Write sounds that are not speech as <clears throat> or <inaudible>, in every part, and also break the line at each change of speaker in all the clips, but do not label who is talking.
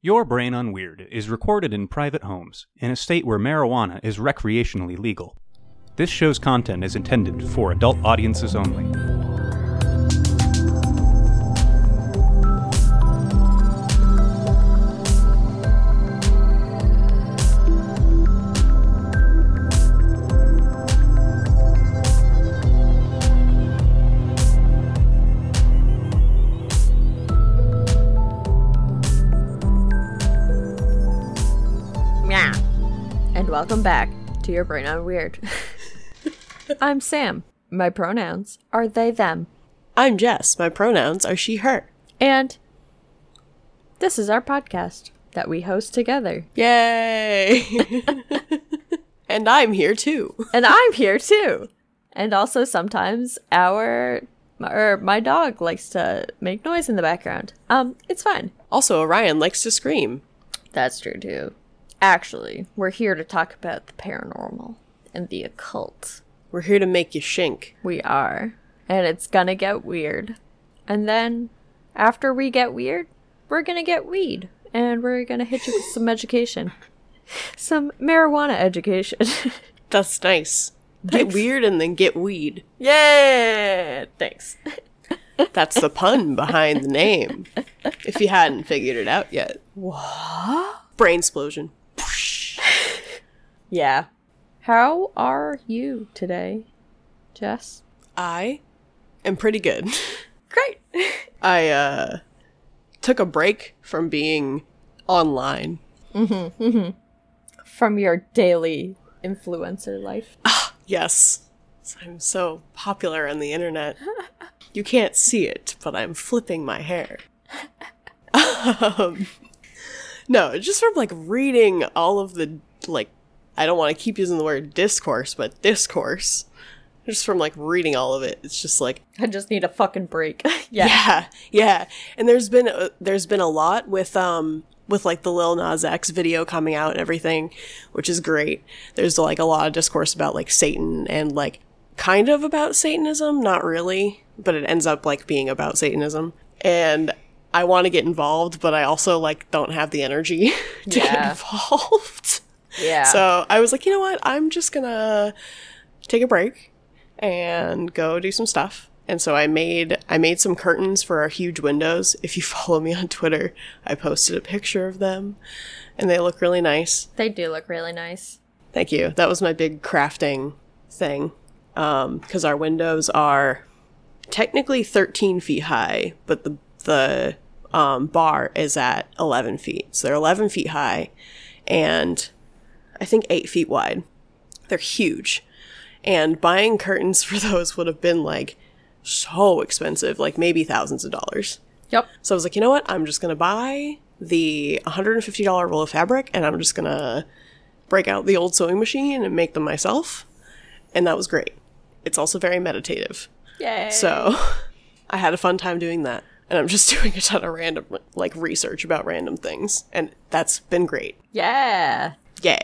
Your Brain on Weird is recorded in private homes in a state where marijuana is recreationally legal. This show's content is intended for adult audiences only.
Yeah. And welcome back to Your Brain on <laughs> Weird. I'm Sam. My pronouns are they, them.
I'm Jess. My pronouns are she, her.
And this is our podcast that we host together.
Yay! and I'm here too.
And I'm here too. And also sometimes our or my dog likes to make noise in the background. Um, it's fine.
Also, Orion likes to scream.
That's true too. Actually, we're here to talk about the paranormal and the occult.
We're here to make you shink.
We are. And it's gonna get weird. And then after we get weird, we're gonna get weed. And we're gonna hit you with some <laughs> education. Some marijuana education. <laughs>
That's nice. Get weird and then get weed.
yeah! Thanks.
That's the pun behind the name. If you hadn't figured it out yet. What? Brain explosion.
Yeah. How are you today, Jess?
I am pretty good.
Great.
I uh took a break from being online.
From your daily influencer life.
Yes. I'm so popular on the internet. You can't see it, but I'm flipping my hair. um, no, just from like reading all of the, like, I don't want to keep using the word discourse, but discourse. Just from like reading all of it, it's just like
I just need a fucking break. <laughs> yeah.
yeah, yeah. And there's been a, there's been a lot with um with like the Lil Nas X video coming out and everything, which is great. There's like a lot of discourse about like Satan and like kind of about Satanism, not really, but it ends up like being about Satanism. And I want to get involved, but I also like don't have the energy <laughs> to
Yeah.
get involved.
Yeah.
So I was like, you know what? I'm just gonna take a break and go do some stuff. And so I made I made some curtains for our huge windows. If you <laughs> follow me on Twitter, I posted a picture of them, and they look really nice.
they do look really nice.
Thank you. That was my big crafting thing, because our windows are technically 13 feet high, but the the um, bar is at 11 feet, so they're 11 feet high, and I think eight feet wide. They're huge, and buying curtains <laughs> for those would have been like so expensive, like maybe thousands of dollars.
Yep.
So I was like, you know what? I'm just gonna buy the $150 roll of fabric, and I'm just gonna break out the old sewing machine and make them myself. And that was great. It's also very meditative.
Yay.
So <laughs> I had a fun time doing that. And I'm just <laughs> doing a ton of random like research about random things. And that's been great.
Yeah.
Yeah.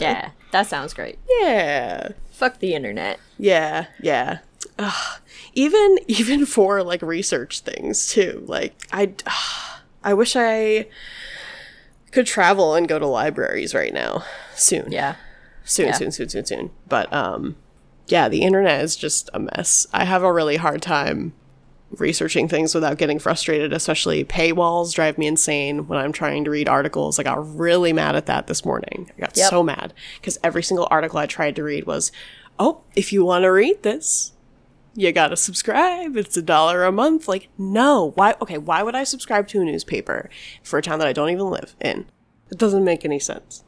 Yeah. That sounds great.
Yeah.
Fuck the internet.
Yeah. Yeah. Ugh. Even <laughs> even for like research things too. Like I ugh. I wish I could travel and go to libraries right now. Soon.
Yeah.
soon,
Yeah.
soon, soon, soon, soon. But um, yeah, the internet is just a mess. I have a really hard time researching things without getting frustrated. Especially paywalls drive me insane when I'm trying to read articles. I got really mad at that this morning. I got
Yep.
so mad because every single article I tried to read was, "Oh, if you want to read this." You gotta subscribe. It's a dollar a month. Like, no. Why? Okay, why would I subscribe to a newspaper for a town that I don't even live in? It doesn't make any sense.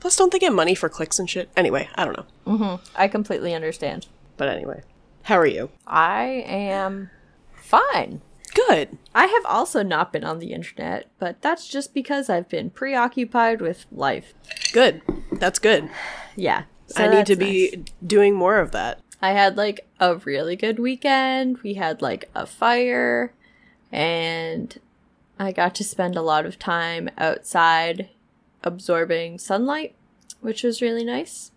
Plus, don't they get money for clicks and shit? Anyway, I don't know.
I completely understand.
But anyway, how are you?
I am fine.
Good.
I have also not been on the internet, but that's just because I've been preoccupied with life.
Good. That's good.
Yeah. so
I need to
that's nice.
be doing more of that.
I had like a really good weekend. We had like a fire, and I got to spend a lot of time outside absorbing sunlight, which was really nice.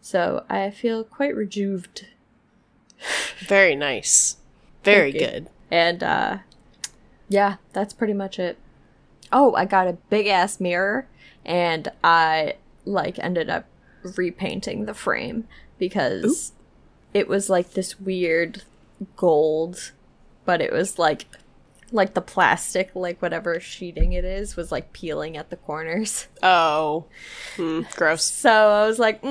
So I feel quite rejuved.
Very nice. Very
Thank you.
good.
And uh yeah, that's pretty much it. oh, I got a big ass mirror and I like ended up repainting the frame because it was like this weird gold, but it was like like the plastic, like whatever sheeting it is, was like peeling at the corners. <laughs>
Oh, Hmm, gross.
So I was like, hmm,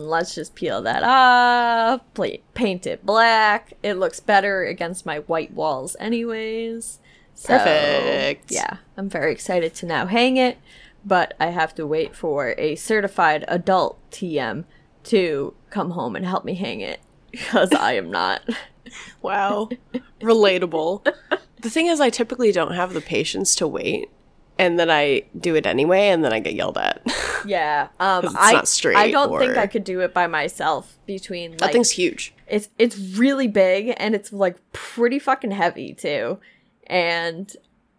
let's just peel that off, pla paint it black. It looks better against my white walls, anyways. So,
Perfect.
Yeah, I'm very excited to now hang it, but I have to wait for a certified adult TM to come home and help me hang it <laughs> because I am
<laughs>
not.
Wow. <laughs> Relatable. the thing is, I typically don't have the patience to wait, and then I do it anyway, and then I get yelled at. <laughs>
Yeah, um,
'Cause it's
I
not straight
I don't think
or-
I could do it by myself. Between like,
that thing's huge.
It's it's really big and it's like pretty fucking heavy too. And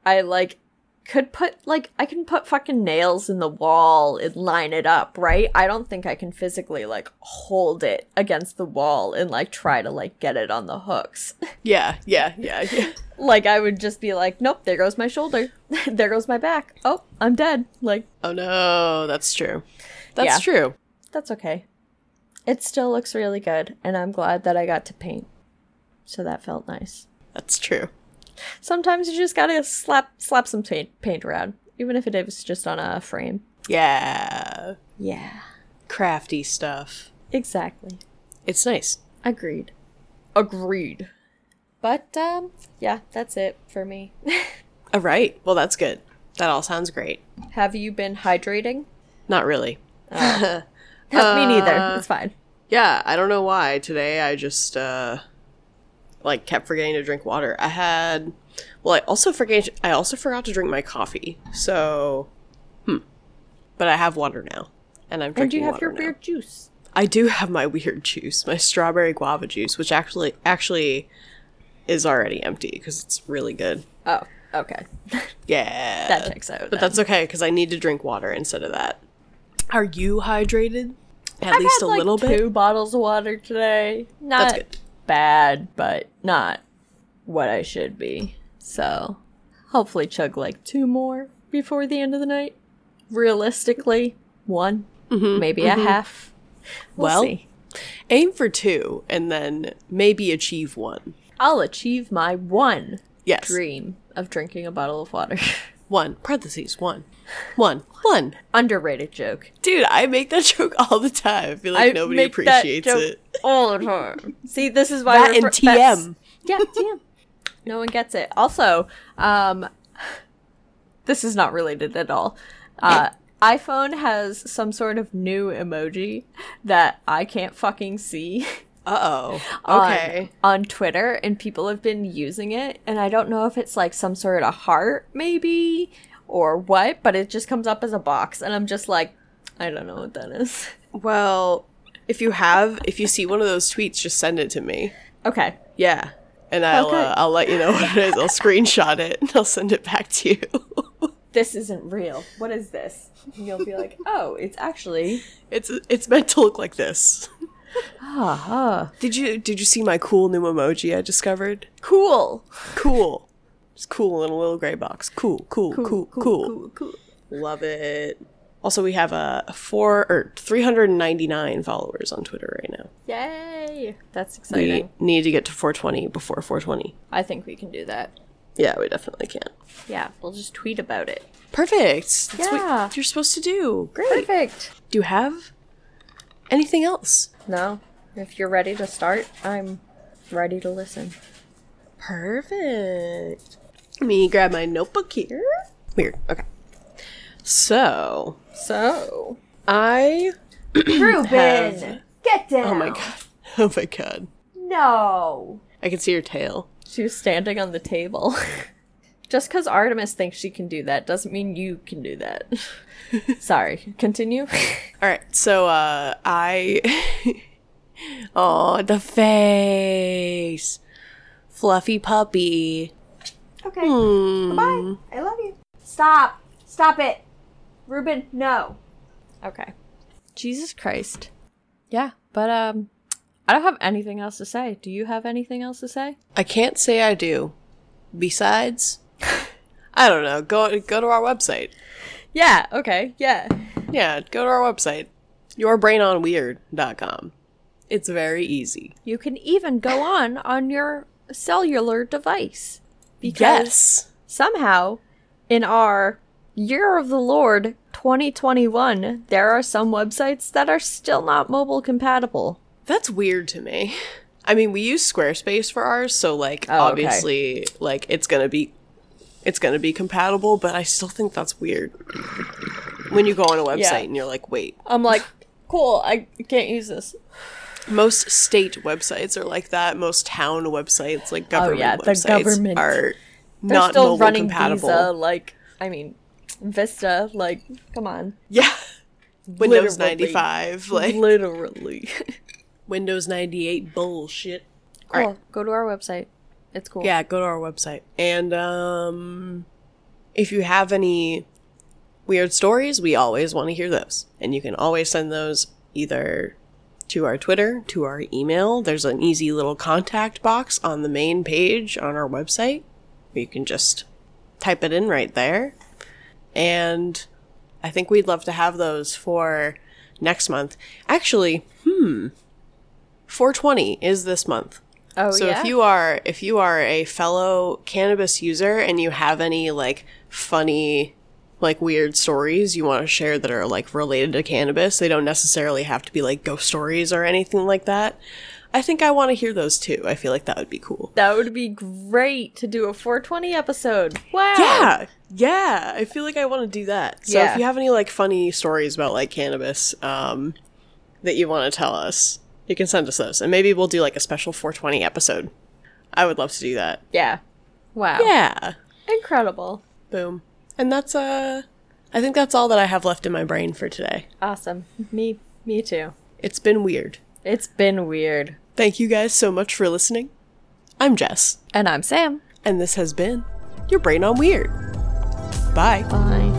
I like could put like I can put fucking nails in the wall and line it up, right? I don't think I can physically like hold it against the wall and like try to like get it on the hooks. <laughs>
Yeah, yeah, yeah, yeah.
like I would just be like, nope, there goes my shoulder. <laughs> there goes my back. Oh, I'm dead. Like
Oh no, that's true. That's
Yeah.
true.
that's okay. It still looks really good and I'm glad that I got to paint. So that felt nice.
That's true.
sometimes you just gotta slap slap some paint paint around, even if it is just on a frame.
Yeah.
Yeah,
Crafty stuff.
exactly.
It's nice.
Agreed. Agreed. But um, yeah, that's it for me. <laughs>
All Oh, right. Well, that's good. That all sounds great.
Have you been hydrating?
Not really. Uh,
me neither. It's fine.
Yeah, I don't know why today I just uh like kept forgetting to drink water. I had well, I also forget I also forgot to drink my coffee. So hmm. But I have water now. And I'm drinking
And you have
water
your
now.
weird juice.
I do have my weird juice, my strawberry guava juice, which actually actually is already empty cuz it's really good.
Oh, okay. <laughs>
Yeah.
That checks out.
But that's okay because I need to drink water instead of that. Are you hydrated? At
I've
least
had,
a
like,
little bit.
Two bottles of water today. Not
That's good.
bad, but not what I should be. So hopefully chug like two more before the end of the night. Realistically, one, maybe a half. We'll,
Well-
see.
Aim for two and then maybe achieve one.
I'll achieve my one
Yes.
dream of drinking a bottle of water. <laughs>
One. Parentheses. One. One. One.
Underrated joke.
Dude, I make that <laughs> joke all the time. I feel like
I
nobody
make that
appreciates
joke
it.
<laughs> all the time. See, this is why
That
we're
and
fr- that's-
TM.
Yeah, TM. No one gets it. Also, um, this is not related at all. Uh, iPhone has some sort of new emoji that I can't fucking see <laughs>
Uh oh.
on,
Okay.
on Twitter, and people have been using it. And I don't know if it's like some sort of heart, maybe, or what, but it just comes up as a box. And I'm just like, I don't know what that is. <laughs>
well, if you have, if you see one of those tweets, just send it to me.
Okay.
Yeah. And I'll
Okay.
uh, I'll let you know what it is. I'll screenshot it and I'll send it back to you. <laughs>
this isn't real. What is this? And you'll be like, oh, it's actually.
It's it's meant to look like this. <laughs>
Uh-huh.
Did you did you see my cool new emoji I discovered?
Cool.
Cool. It's cool in a little gray box. Cool, cool, cool, cool.
Cool, cool.
Love it. Also, we have a four or three hundred and ninety nine followers on Twitter right now.
Yay. That's
We
exciting.
need to get to four twenty before four twenty.
I think we can do that.
Yeah, we definitely can.
Yeah, we'll just tweet about it.
Perfect. That's
Yeah.
what you're supposed to do. Great.
Perfect.
Do you have anything else?
No, if you're ready to start, I'm ready to listen.
Perfect. Let me grab my notebook here. Weird. Okay. So
<clears throat> So,
I
Ruben,
Have-
get down.
Oh my god. <laughs> Oh my god.
No.
I can see your tail.
She was standing on the table. <laughs> Just because Artemis thinks she can do that doesn't mean you can do that. <laughs> Sorry. Continue. <laughs>
All right. So uh I <laughs> Oh, the face. Fluffy puppy.
okay.
Hmm.
Bye. I love you. Stop. Stop it. Ruben, no. Okay. Jesus Christ. Yeah, but um I don't have anything else to say. Do you have anything else to say?
I can't say I do. Besides, <laughs> I don't know. Go go to our website.
Yeah, okay, yeah.
Yeah, go to our website, yourbrainonweird.com. It's very easy.
You can even go on on your cellular device. Because
Yes.
somehow in our Year of the Lord 2021, there are some websites that are still not mobile compatible.
That's weird to me. I mean, we use Squarespace for ours, so like
Oh, okay.
obviously like it's going to be it's going to be compatible, but I still think that's weird. When you go on a website
Yeah.
and you're like, "Wait,
I'm like, cool, I can't use this.
most state websites are like that. Most town websites, like government
Oh, yeah, the
websites,
government.
are
They're
not
still
mobile
running
compatible.
Visa, like, I mean, Vista, like, come on.
<laughs> Yeah, Windows
<laughs> Literally.
ninety five, <laughs> like
Literally.
Windows ninety eight bullshit.
cool.
Alright.
Go to our website. It's cool.
Yeah, go to our website. And um, if you have any weird stories, we always want to hear those. And you can always send those either to our Twitter, to our email. There's an easy little contact box on the main page on our website. You can just type it in right there. And I think we'd love to have those for next month. Actually, hmm. 420 is this month.
Oh,
So
yeah.
if you are if you are a fellow cannabis user and you have any like funny like weird stories you want to share that are like related to cannabis, they don't necessarily have to be like ghost stories or anything like that. I think I want to hear those too. I feel like that would be cool.
that would be great to do a 420 episode. Wow.
Yeah. Yeah, I feel like I want to do that. So
Yeah.
if you have any like funny stories about like cannabis um that you want to tell us, you can send us those and maybe we'll do like a special 420 episode. I would love to do that.
Yeah. Wow.
Yeah.
Incredible.
Boom. And that's uh I think that's all that I have left in my brain for today.
Awesome. Me me too.
It's been weird.
It's been weird.
Thank you guys so much for listening. I'm Jess,
And I'm Sam.
and this has been Your Brain on Weird. Bye.
Bye.